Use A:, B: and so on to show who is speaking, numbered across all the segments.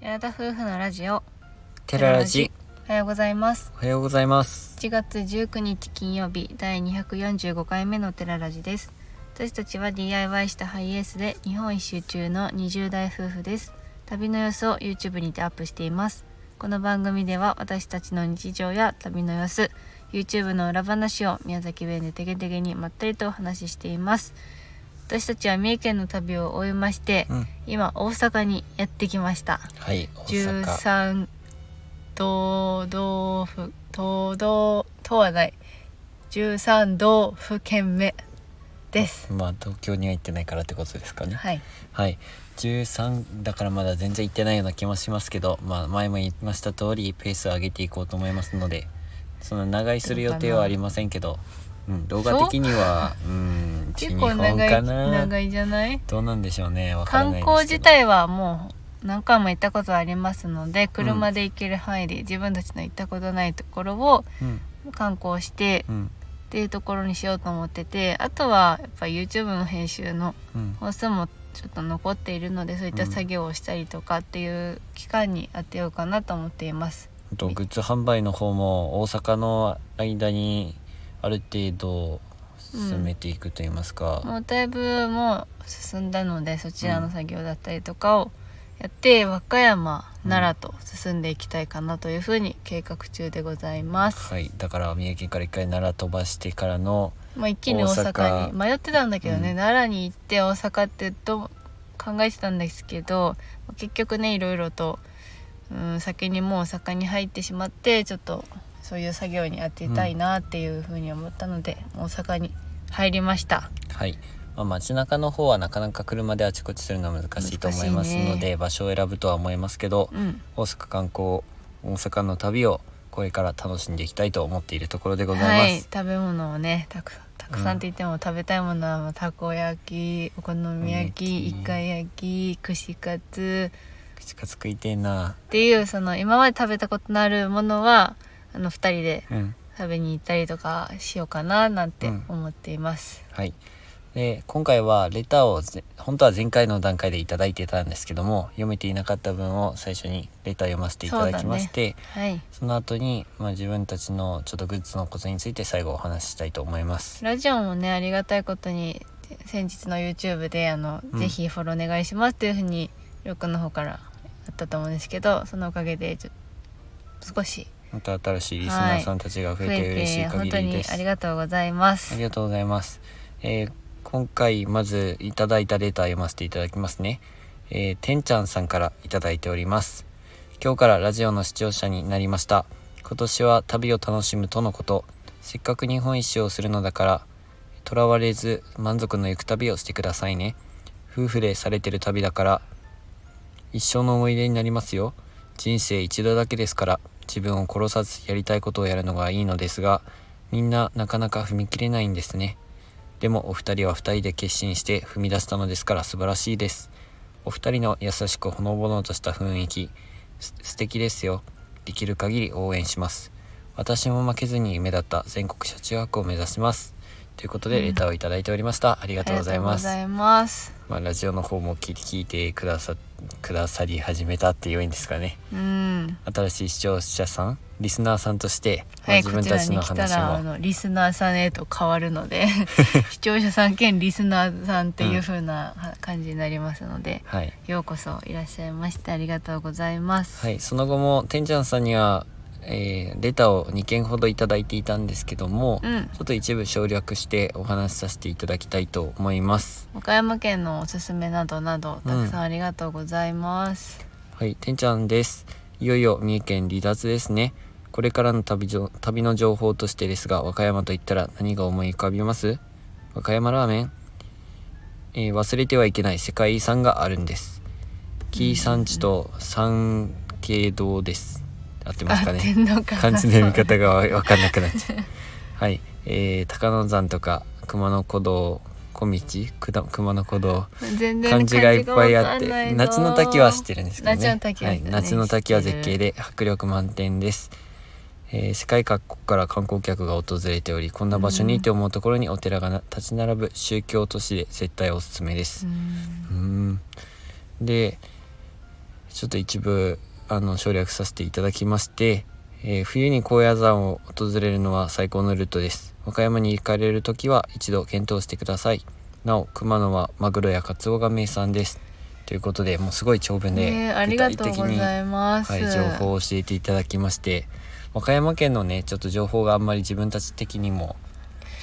A: 寺田夫婦のラジオ
B: テララジ
A: おはようございます
B: おはようございます
A: 7月19日金曜日第245回目のテララジです私たちは DIY したハイエースで日本一周中の20代夫婦です旅の様子を YouTube にてアップしていますこの番組では私たちの日常や旅の様子 YouTube の裏話を宮崎弁でてげてげにまったりとお話ししています私たちは三重県の旅を終えまして、
B: うん
A: 今大阪にやってきました
B: はい大
A: 13
B: 阪
A: 都道府都道とはない13道府県目です
B: まあ東京には行ってないからってことですかねはい、
A: はい
B: 13だからまだ全然行ってないような気もしますけどまあ前も言いました通りペースを上げていこうと思いますのでそんな長居する予定はありませんけどうん動画的にはうん
A: 結
B: 12
A: 構
B: 本
A: 長
B: か
A: い
B: な
A: 長いじゃない
B: どうなんでしょうねわからな
A: 観
B: いですけど
A: 光自体はもう何回も行ったことありますので車で行ける範囲で自分たちの行ったことないところを
B: うん
A: 観光して
B: うん
A: っていうところにしようと思っててあとはやっぱ YouTube の編集の
B: うん
A: 本数もちょっと残っているのでそういった作業をしたりとかっていう期間に当てようかなと思っています。
B: あとグッズ販売の方も大阪の間にある程度進めていくと言いますか、
A: もうだいぶもう進んだのでそちらの作業だったりとかをやって、和歌山
B: うん
A: 奈良と進んでいきたいかなというふうに計画中でございます。
B: はいだから三重県から一回奈良飛ばしてからの
A: まあ、一気に大
B: 大
A: 阪
B: 阪
A: に迷ってたんだけどね、
B: うん
A: 奈良に行って大阪ってと考えてたんですけど結局ねいろいろと、うん、先にもう大阪に入ってしまってちょっとそういう作業に当てたいなっていうふうに思ったので、大阪に入りました
B: はい、まあ、街中の方はなかなか車であちこちするのは難しいと思います
A: 難し
B: の
A: い
B: で、
A: ね
B: 場所を選ぶとは思いますけど
A: うん
B: 大阪観光大阪の旅をこれから楽しんでいきたいと思っているところでござ
A: はい
B: ま
A: い
B: す、
A: 食べ物をねたくさんたくさんって言っても、食べたいものはもうたこ焼きお好み焼き
B: お好み焼き
A: いか焼き串カツ
B: 口数食いてえな
A: っていうその今まで食べたことのあるものはあの2人で
B: うん
A: 食べに行ったりとかしようかななんて
B: うん
A: 思っています。
B: はい。で今回はレターをぜ本当は前回の段階でいただいてたんですけども読めていなかった分を最初にレター読ませていただきまして
A: はい。
B: そ,、の後にまあ、自分たちのちょっとグッズのことについて最後お話ししたいと思います。
A: ラジオもねありがたいことに先日の YouTube であの、
B: うん
A: ぜひフォローお願いしますというふうにロックの方からあったと思うんですけどそのおかげでちょ少し
B: また新しいリスナーさんたちが増
A: 増
B: え
A: え
B: て嬉しい
A: て本
B: 限
A: 当
B: り
A: に
B: です。
A: ありがとうございます。
B: ありがとうございます。えー今回まずいただいたレター読ませていただきますね。えーてんちゃんさんからいただいております。今日からラジオの視聴者になりました。今年は旅を楽しむとのこと。せっかく日本一周をするのだから、とらわれず満足のいく旅をしてくださいね。夫婦でされてる旅だから、一生の思い出になりますよ。人生一度だけですから、自分を殺さずやりたいことをやるのがいいのですが、みんななかなか踏み切れないんですねでもお二人は二人で決心して踏み出したのですから素晴らしいですお二人の優しくほのぼのとした雰囲気す素敵ですよできる限り応援します私も負けずに夢だった全国車中泊を目指しますということで
A: うん
B: レターをいただいておりました、あり
A: あ
B: がとうございます
A: りがとうございます。
B: まあラジオの方も聞いて聞いてくださくださり始めたっていういんですかね
A: うん。
B: 新しい視聴者さんリスナーさんとして、
A: は
B: まあ
A: い、
B: 自
A: こ
B: 分
A: ち
B: た
A: ら
B: ち
A: に
B: の
A: 来た
B: 話
A: らあ
B: も
A: のリスナーさんへと変わるの で視聴者さん兼リスナーさんっていう風なは感じになりますので、
B: はい
A: ようこそいらっしゃいましてありがとうございます。
B: はい、その後もてんちゃんさんには、えーレターを2件ほどいただいていたんですけども、
A: う
B: ち
A: ん、
B: ょっと一部省略してお話しさせていただきたいと思います。
A: 岡山県のおすすめなどなどたくさんありがとうございます。
B: はい、てんちゃんです。いよいよ三重県離脱ですね。これからの旅じょ旅の情報としてですが、和歌山と言ったら何が思い浮かびます和歌山ラーメン、えー忘れてはいけない世界遺産があるんです。紀伊山地と三景堂です。合ってます
A: あ
B: かね
A: 天皇か
B: 漢字の読み方が分かんなくなっちゃうはい、えー、高野山とか熊野古道小道くだ熊野古道
A: 全然
B: 漢字がいっぱいあって夏の滝は知って
A: る。
B: るんですけどね
A: 夏の滝は
B: は
A: ね
B: い、夏の滝は絶景で迫力満点です、えー世界各国から観光客が訪れておりこんな場所にって思うところにお寺がな立ち並ぶ宗教都市で絶対おすすめです
A: うん
B: うーんでちょっと一部あの省略させていただきまして、えー冬に高野山を訪れるのは最高のルートです和歌山に行かれる時は一度検討してくださいなお熊野はマグロやカツオが名産ですということでもうすごい長文で、
A: ねえありがとうございます。
B: はい、情報を教えていただきまして和歌山県のねちょっと情報があんまり自分たち的にも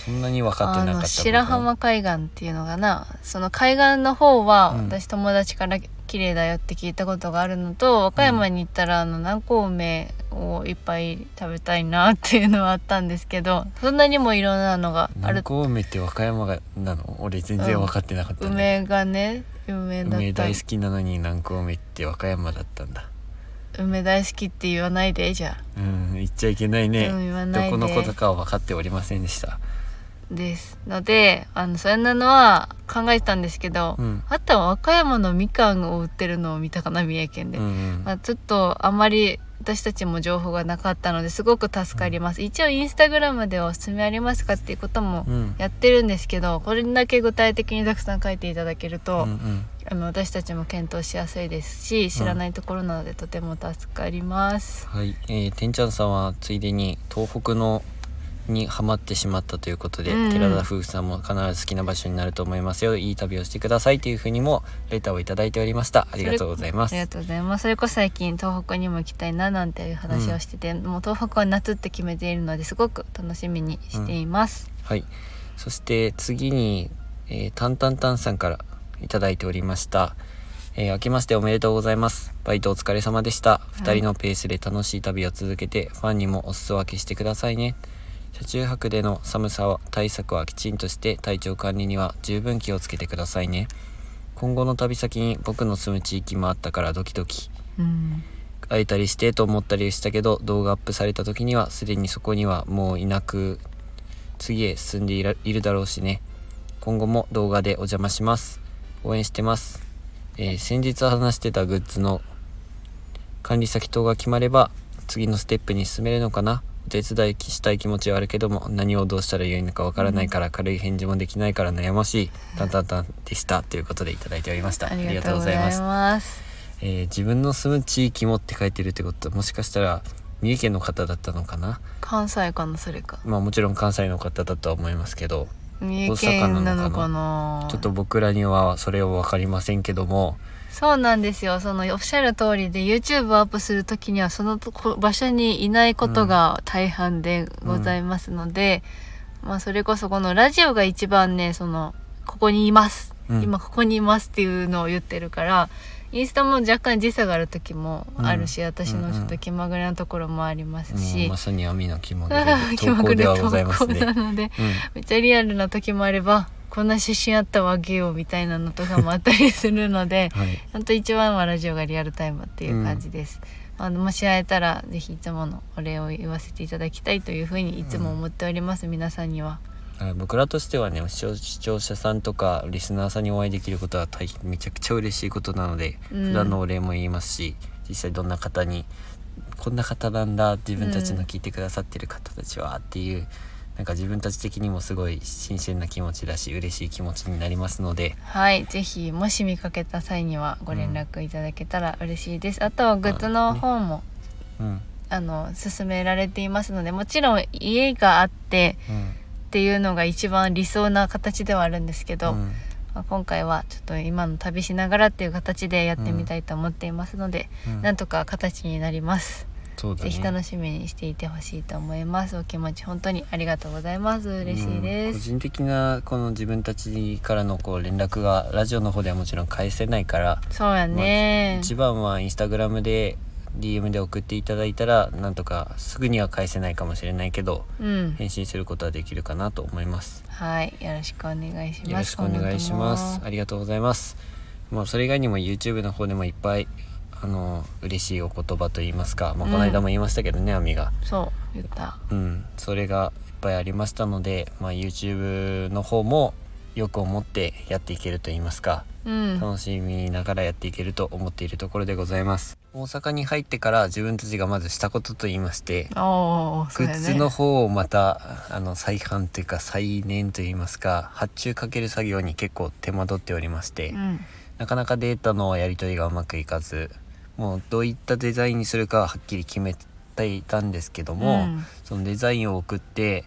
B: そんなに分かってなか
A: あ
B: った部
A: の
B: 分
A: 白浜海岸っていうのがなその海岸の方は
B: うん
A: 私友達から綺麗だよって聞いたことがあるのと、和歌山に行ったらあの南高梅をいっぱい食べたいなっていうのはあったんですけどそんなにもいろんなのがあ
B: 南
A: る
B: 高梅って和歌山がなの俺全然分かってなかったね、
A: 梅がね梅だった
B: 梅大好きなのに南高梅って和歌山だったんだ
A: 梅大好きって言わないでじゃあ
B: うん言っちゃいけないね、
A: うん言わ
B: ど
A: ないで
B: このことかは分かっておりませんでした
A: ですのであのそんなのは考えてたんですけど、
B: うん
A: あとは和歌山のみかんを売ってるのを見たかな三重県で
B: うん、うん
A: まあ、ちょっとあんまり私たちも情報がなかったのですごく助かります、一応インスタグラムではおすすめありますかっていうことも
B: うん
A: やってるんですけどこれだけ具体的にたくさん書いていただけると、
B: うんうん
A: あの私たちも検討しやすいですし知らないところなのでとても助かります、
B: はい、えー、てんちゃんさんはついでに東北のにハマってしまったということで、
A: うんうん
B: 寺田夫婦さんも必ず好きな場所になると思いますよいい旅をしてくださいというふうにもレターをいただいておりましたありがとうございま
A: あり
B: す
A: がとうございますそれこそ最近東北にも行きたいななんていう話をしてて、もう東北は夏って決めているのですごく楽しみにしています、
B: はいそして次に、えー、たんたんたんさんからいただいておりましたえー明けましておめでとうございますバイトお疲れ様でした
A: い
B: 2人のペースで楽しい旅を続けてファンにもお裾分けしてくださいね車中泊での寒さは対策はきちんとして体調管理には十分気をつけてくださいね今後の旅先に僕の住む地域もあったからドキドキ
A: うん
B: 会えたりしてと思ったりしたけど動画アップされた時にはすでにそこにはもういなく次へ進んでいらいるだろうしね今後も動画でお邪魔します応援してます、えー先日話してたグッズの管理先等が決まれば次のステップに進めるのかなお手伝いしたい気持ちはあるけども何をどうしたらよいのかわからないから軽い返事もできないから悩ましいたんたんたんでしたということでいただいておりました
A: ありがとうございます
B: えー自分の住む地域もって書いてるってことはもしかしたら三重県の方だったのかな
A: 関西かなそれか
B: まあもちろん関西の方だとは思いますけど
A: 三重県なのかな
B: ちょっと僕らにはそれは分かりませんけども
A: そうなんですよそのおっしゃる通りで YouTube をアップする時にはそのとこ場所にいないことが大半でございますので、まあそれこそこのラジオが一番ねそのここにいます、
B: うん
A: 今ここにいますっていうのを言ってるからインスタも若干時差がある時もあるし、
B: うん
A: 私のちょっと気まぐれなところもあります
B: もう
A: し
B: ま、さに網の 肝で
A: 気まぐ
B: 投稿
A: れ
B: では
A: 投
B: ございます
A: 稿
B: ね。
A: なので
B: うん
A: めっちゃリアルな時もあればこんな写真あったわげよみたいなのとかもあったりするの で
B: はい、
A: ほんと一番はラジオがリアルタイムっていう感じです、あのもし会えたらぜひいつものお礼を言わせていただきたいというふうにいつも思っております、皆さんには
B: はい僕らとしてはね視聴視聴者さんとかリスナーさんにお会いできることは大変めちゃくちゃ嬉しいことなので、
A: うん
B: 普段のお礼も言いますし実際どんな方にこんな方なんだ自分たちの聞いてくださってる方たちはっていう、なんか自分たち的にもすごい新鮮な気持ちだし嬉しい気持ちになりますので
A: はいぜひもし見かけた際にはご連絡いただけたら嬉しいです、あとはグッズの方も
B: うん
A: あの勧められていますのでもちろん家があって
B: うん
A: っていうのが一番理想な形ではあるんですけど、
B: うん
A: まあ、今回はちょっと今の旅しながらっていう形でやってみたいと思っていますので、
B: うん
A: なんとか形になります、
B: そうだ
A: ぜ
B: ね
A: ひ楽しみにしていてほしいと思いますお気持ち本当にありがとうございます嬉しいで
B: うん個
A: す、
B: 人的なこの自分たちからのこう連絡がラジオの方ではもちろん返せないから
A: そうやね、
B: 一番はインスタグラムで DM で送っていただいたらなんとかすぐには返せないかもしれないけど
A: うん
B: 返信することはできるかなと思います
A: はいよろしくお願いします
B: よろしくお願いします
A: 今後とも
B: ありがとうございますまあそれ以外にも YouTube の方でもいっぱいあの嬉しいお言葉といいますか、まあ、この間も言いましたけどね、アミが
A: そう言った
B: うんそれがいっぱいありましたので、まあ、YouTube の方もよく思ってやっていけるといいますか
A: うん
B: 楽しみながらやっていけると思っているところでございます大阪に入ってから自分たちがまずしたことと言いまして
A: おーそ
B: グ
A: うや
B: ッ
A: ね
B: ズの方をまたあの再販というか再燃と言いますか発注かける作業に結構手間取っておりまして、
A: うん
B: なかなかデータのやり取りがうまくいかずもうどういったデザインにするかははっきり決めていたんですけども、
A: うん
B: そのデザインを送って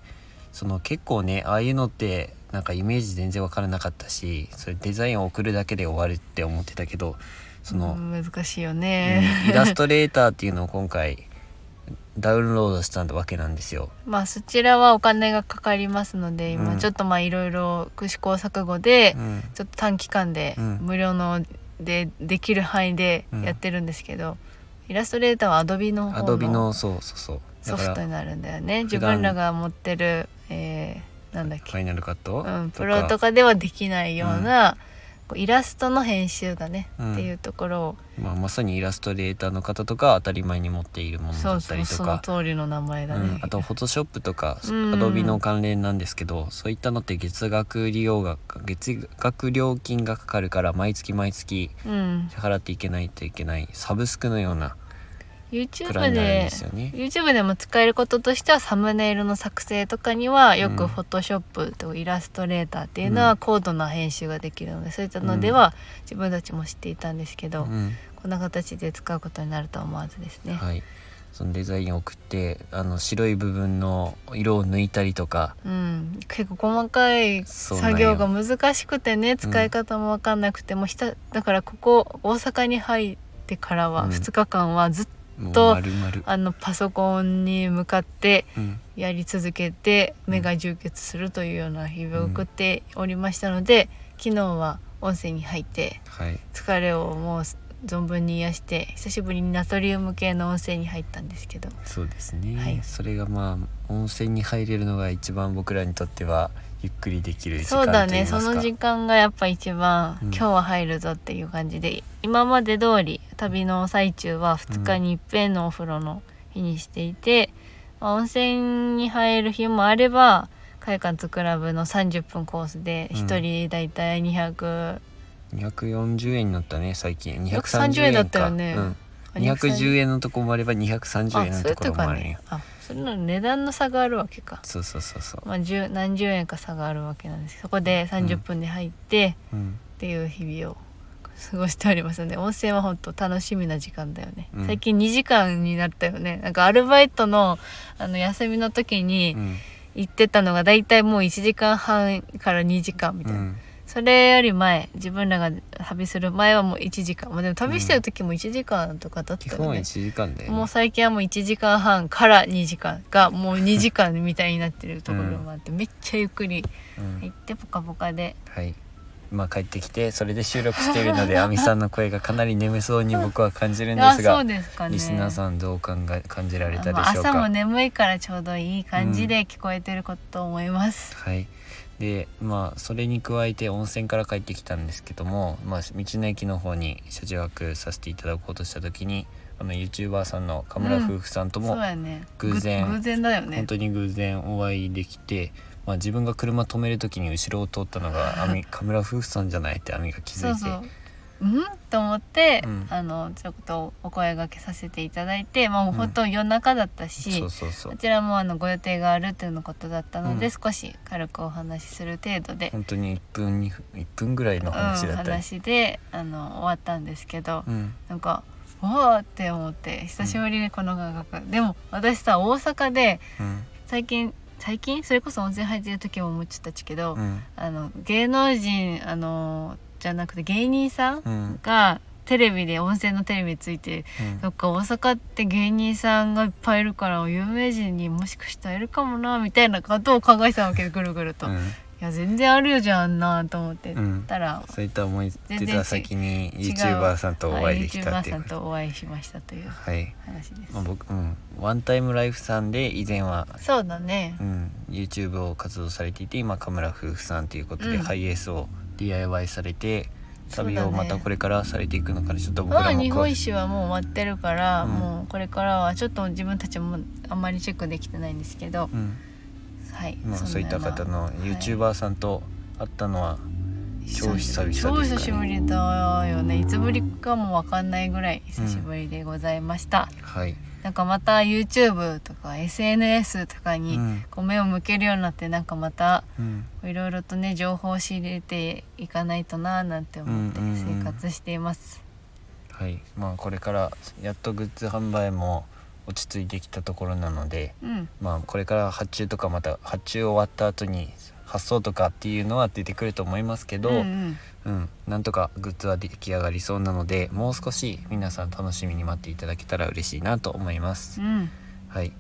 B: その結構ねああいうのってなんかイメージ全然分からなかったしそれデザインを送るだけで終わるって思ってたけどその、
A: うん難しいよ
B: うんイ
A: ね、
B: ラストレーターっていうのを今回ダウンロードしたわけなんですよ。
A: まあそちらはお金がかかりますので
B: う
A: 今
B: ん
A: ちょっとまあいろいろ試行錯誤で、
B: うん
A: ちょっと短期間で
B: うん
A: 無料のでできる範囲でやってるんですけど、イラストレーターはアドビの
B: ア
A: 方
B: ドビの
A: の
B: そうそうそう
A: ソ
B: だ
A: フ
B: か
A: ト
B: ら
A: になるんだよね自
B: 普段
A: 分らが持ってる、えーなんだっ
B: ファ
A: け、
B: イナルカットとか、
A: うん、プロとかではできないような、こうイラストの編集だね、
B: うん
A: っていうところを
B: まあ、まさにイラストレーターの方とか当たり前に持っているもの
A: そ
B: だ
A: う
B: った
A: そう
B: りと
A: その
B: か
A: 通りの名前だね、
B: うん、あとフォトショップとか
A: うん
B: アドビの関連なんですけどそういったのって月額利用が月額料金がかかるから毎月毎月
A: うん
B: 支払っていけないといけないサブスクのようなプラ
A: YouTube
B: ンになるんで
A: です
B: よね。
A: YouTube でも使えることとしてはサムネイルの作成とかにはよ
B: う
A: く
B: ん
A: Photoshop とイラストレーターっていうの
B: う
A: は
B: ん
A: 高度な編集ができるのでそういったのでは自分たちも知っていたんですけど、
B: うん
A: こんな形で使うことになるとは思わずですね。
B: はい、そのデザインを送ってあの白い部分の色を抜いたりとか、
A: うん、結構細かい
B: そうなん
A: 作
B: よ
A: 業が難しくてね使い方も分かんなくて、もうひただからここ大阪に入ってからは
B: うん
A: 2日間はずっと、
B: もう
A: と
B: 丸々、
A: あのパソコンに向かって
B: うん
A: やり続けて
B: うん
A: 目が充血するというような日々を送っておりましたので、昨日は温泉に入って
B: はい、
A: 疲れをもう存分に癒して久しぶりにナトリウム系の温泉に入ったんですけど
B: そうですね、
A: はい
B: それがまあ温泉に入れるのが一番僕らにとってはゆっくりできる時
A: そ
B: 間
A: う
B: といいま
A: だ
B: すか
A: ねその時間がやっぱ一番、
B: うん
A: 今日は入るぞっていう感じで今まで通り旅の最中は2日に一遍のお風呂の日にしていて、まあ温泉に入る日もあれば海館とクラブの30分コースで
B: うん
A: 1人だいたい200、
B: 240円になったね最近
A: 230
B: 230
A: 円
B: 円
A: だ
B: か
A: ったよね
B: うん、
A: あ210
B: 210円のとこもあれば230円
A: あ
B: の
A: そういう
B: とことろ
A: こ
B: もあ
A: か
B: るん
A: ね
B: よ
A: あそれの値段の差があるわけか、
B: そうそうそうそう、
A: まあ、10何十円か差があるわけなんですけどそこで30分で入って、
B: うん、
A: っていう日々を過ごしておりますので温泉は本当楽しみな時間だよね、
B: うん
A: 最近2時間になったよねなんかアルバイトのあの休みの時に
B: うん
A: 行ってたのがだいたいもう1時間半から2時間み
B: う
A: たいな、
B: ん
A: それより前自分らが旅する前はもう1時間まあでも旅してる時も1時間とかだっ
B: 基
A: た
B: 本
A: よ
B: は
A: ね
B: 1、時間で、
A: もう最近はもう1時間半から2時間がもう2時間みたいになってるところもあって、めっちゃゆっくり
B: うん
A: 行ってポカポカで
B: はい。まあ帰ってきてそれで収録しているの で亜美さんの声がかなり眠そうに僕は感じるんで
A: あそ
B: すが
A: うですかね
B: リスナーさんどう考え感じられたで
A: まあ
B: しょうか、
A: 朝も眠いからちょうどいい感じで聞こえてること思います、
B: はいでまあそれに加えて温泉から帰ってきたんですけども、まあ、道の駅の方に車中泊させていただこうとした時にあの YouTuber さんのカムラ夫婦さんと
A: そ
B: も
A: うやね
B: 偶然
A: ぐ偶然だよね
B: 本当に偶然お会いできて、まあ、自分が車止める時に後ろを通ったの が亜美カムラ夫婦さんじゃないって亜美が気づ
A: そ
B: いうて
A: そううんと思って、
B: うん
A: あのちょっとお声掛けさせていただいてまあもう本当夜中だったし、
B: そうそうそう
A: こちらもあのご予定があるというのことだったので、
B: うん
A: 少し軽くお話しする程度で、
B: 本当に1分2分1分ぐらいの
A: うん、
B: 話だったり、
A: 話であの終わったんですけど、
B: うん
A: なんか「わーって思って久しぶりにこの感覚、でも私さ大阪で
B: うん
A: 最近最近それこそ温泉入ってる時も思っちゃったけど、
B: うん
A: あの芸能人あのじゃなくて芸人さん
B: うん
A: がテレビで温泉のテレビについて
B: うん
A: そっか大阪って芸人さんがいっぱいいるから有名人にもしかしたらいるかもなみたいなことを考えてたわけでぐるぐると、
B: う
A: い
B: ん
A: や全然あるよじゃんなと思って
B: うん
A: たら、
B: そういった思い出た先に
A: 全然違う
B: YouTuber さんとお
A: は
B: 会い
A: い
B: できた
A: YouTuber
B: ってい
A: さ
B: うんこと
A: とお会いしましたという
B: はい、
A: 話です。
B: まあ、僕、うん、ワンタイムライフさんで以前は、
A: そうだね
B: う、ん、YouTube を活動されていて今カムラ夫婦さんということで、
A: うん
B: ハイエースを DIY されて
A: そうだね
B: 旅をまたこれからされていくのかなちょっと僕
A: まあ
B: らも
A: 日
B: 詳
A: 本
B: し
A: 一周はもう終わってるから、
B: うん
A: もうこれからはちょっと自分たちもあんまりチェックできてないんですけど、
B: うん
A: はい、
B: まあ、
A: んな
B: そういった方の YouTuber さんと会ったのは、超久々ですかね
A: 超久しぶりだよねいつぶりかもわかんないぐらい久しぶりでございました、
B: はい、
A: なんかまた YouTube とか SNS とかに
B: うん
A: こう目を向けるようになってなんかまた
B: うん
A: いろいろとね情報を仕入れていかないとなーなんて思って
B: うんうんうん
A: 生活しています、
B: はいまあこれからやっとグッズ販売も落ち着いてきたところなので
A: うん
B: まあこれから発注とかまた発注終わった後に発送とかっていうのは出てくると思いますけど、
A: うんうん
B: うん、なんとかグッズは出来上がりそうなのでもう少し皆さん楽しみに待っていただけたら嬉しいなと思います、
A: うん
B: はい、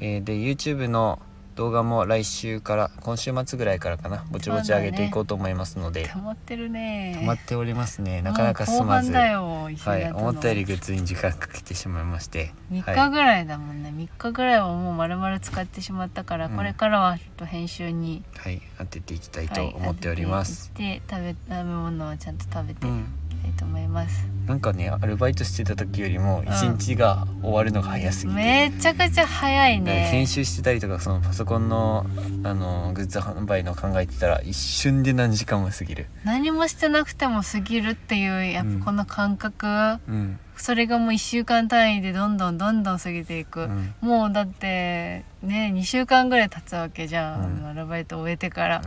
B: えーで YouTube の動画も来週から今週末ぐらいからかなぼちぼち上げていこうと思いますので、
A: 溜まってるね
B: 溜まっておりますねなかなか進ま
A: う
B: ず、
A: ん後半だよ石
B: はい、
A: 田との
B: 思ったよりグッズに時間かけてしまいまして
A: 3
B: は
A: 日
B: い
A: ぐらいだもんね、3日ぐらいはもう丸々使ってしまったから、
B: うん
A: これからはちょっと編集に、
B: はい、当てていきたい
A: は
B: と思っております、
A: で食べ食べ物をちゃんと食べてい
B: うん
A: きたいと思います、
B: なんかねアルバイトしてた時よりも一日が終わるのが早すぎて、
A: めちゃくちゃ早いね
B: 編集してたりとかそのパソコンのあのグッズ販売の考えてたら一瞬で何時間も過ぎる、
A: 何もしてなくても過ぎるっていうやっ
B: うん
A: ぱこの感覚、
B: うん
A: それがもう1週間単位でどんどんどんどん過ぎていく、
B: うん
A: もうだってね2週間ぐらい経つわけじゃん、
B: うん
A: あのアルバイト終えてから、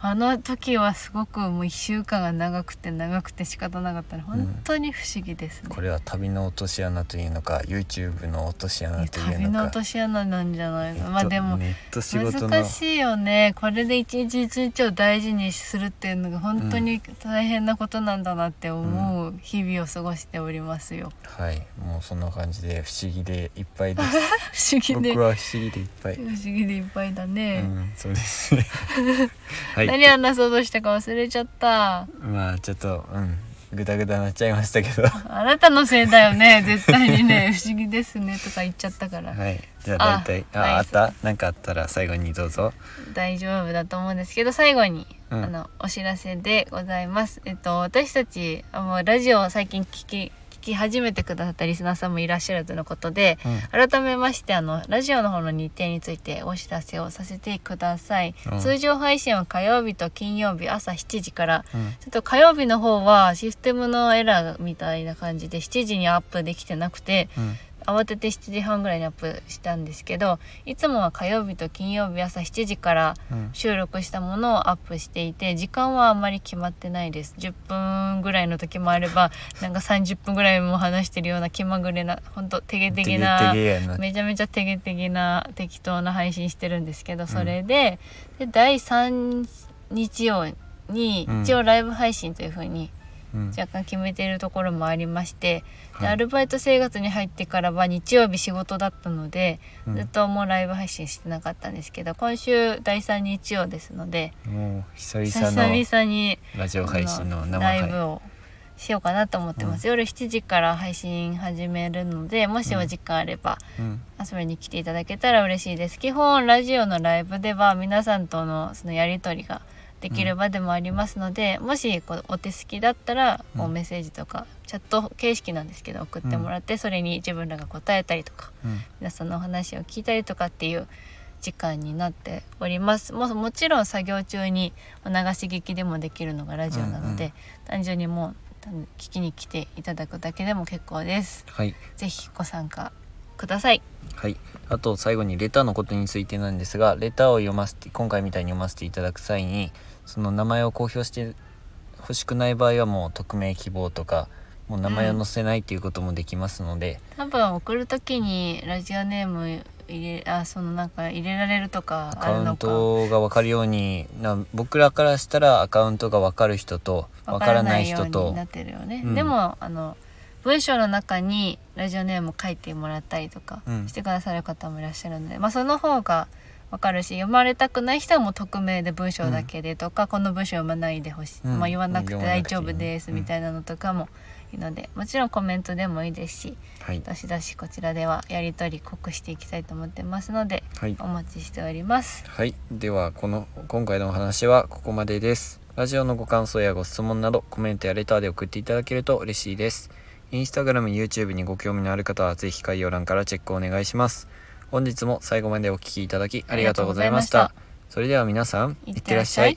A: あの時はすごくもう1週間が長くて長くて仕方なかったの本当に不思議ですね、
B: これは旅の落とし穴というのか YouTube の落とし穴という
A: 旅の
B: の
A: 落
B: か
A: とし穴なんじゃない
B: えっ
A: の
B: と
A: まあでも
B: ネット仕事の
A: 難しいよねこれで一日一日を大事にするっていうのが本当に大変なことなんだなって思う日々を過ごしておりますよ、
B: はいもうそんな感じで不思議でいっぱいです
A: 不思議で不
B: 僕
A: 思
B: は不思議でいっぱい、
A: 議でいっぱいだ
B: う
A: ね、
B: ん、そうですね はい
A: 何話そうとしたか忘れちゃった
B: まあちょっとうんグダグダなっちゃいましたけどは
A: あなたのせいだよね絶対にね不思議ですねとか言っちゃったから、
B: いじゃあ大体あ
A: あはい
B: あったなんかあったら最後にどうぞ
A: 大丈夫だと思うんですけど最後に、
B: うん
A: あのお知らせでございます。えっと私たちあもうラジオを最近聞き聞き始めてくださったリスナーさんもいらっしゃるとのことで、
B: うん
A: 改めましてあのラジオの方の日程についてお知らせをさせてください、
B: うん
A: 通常配信は火曜日と金曜日朝7時から
B: うん
A: ちょっと火曜日の方はシステムのエラーみたいな感じで7時にアップできてなくて
B: うん
A: 慌てて7時半ぐらいにアップしたんですけどいつもは火曜日と金曜日朝7時から
B: うん
A: 収録したものをアップしていて時間はあまり決まってないです10分ぐらいの時もあればなんか30分ぐらいも話してるような気まぐれなほんとてげてげな
B: てげてげやな
A: めちゃめちゃてげてげな適当な配信してるんですけどそれで,、で第3日曜に
B: うん
A: 一応ライブ配信というふうに
B: うん
A: 若干決めているところもありまして、
B: は
A: で
B: い
A: アルバイト生活に入ってからは日曜日仕事だったので、
B: うん
A: ずっともうライブ配信してなかったんですけど今週第3日曜ですので
B: もう久
A: 久
B: 々の
A: 々に
B: ラジオ配信の生
A: ライ
B: 配
A: ブをしようかなと思ってます、夜7時から配信始めるのでもしお時間あれば
B: うん
A: 遊びに来ていただけたら嬉しいです基本ラジオのライブでは皆さんとのそのやり取りができる場でもありますので、もしこうお手すきだったらこ
B: う
A: うんメッセージとか、チャット形式なんですけど送ってもらって、それに自分らが答えたりとか
B: うん
A: 皆さんのお話を聞いたりとかっていう時間になっておりますもうもちろん作業中にお流し聞きでもできるのがラジオなので、
B: うんう
A: 単純にもう聞きに来ていただくだけでも結構です
B: はい
A: ぜひご参加ください
B: はいあと最後にレターのことについてなんですがレターを読ませて今回みたいに読ませていただく際にその名前を公表して欲しくない場合はもう匿名希望とかもう名前を載せないっていうこともできますので、
A: 多分送る時にラジオネーム入れあそのなんか入れられるとか
B: ア
A: あ
B: カ
A: る
B: ウ
A: の
B: ン
A: か
B: トが分かるようにな僕らからしたらアカウントが分かる人と分からない人
A: よう
B: と
A: になってるよね、
B: うん
A: でもあの文章の中にラジオネーム書いてもらったりとか
B: うん
A: してくださる方もいらっしゃるので、まあその方がわかるし読まれたくない人はもう匿名で文章だけでとか、この文章読まないでほしい、
B: うん
A: まあ言わなくて
B: 読ま
A: 大
B: なくてい
A: 丈
B: い
A: 夫ですみたいなのとかもいいので、もちろんコメントでもいいですし
B: はい、
A: どしどしこちらではやり取り濃くしていきたいと思ってますので
B: はい
A: お待ちしております。
B: はい、ではこの今回のお話はここまでです。ラジオのご感想やご質問などコメントやレターで送っていただけると嬉しいです。インスタグラム、YouTube にご興味のある方はぜひ概要欄からチェックお願いします。本日も最後までお聞きいただきありがとうございました。
A: ありがと
B: それでは皆さん、
A: いってらっしゃい。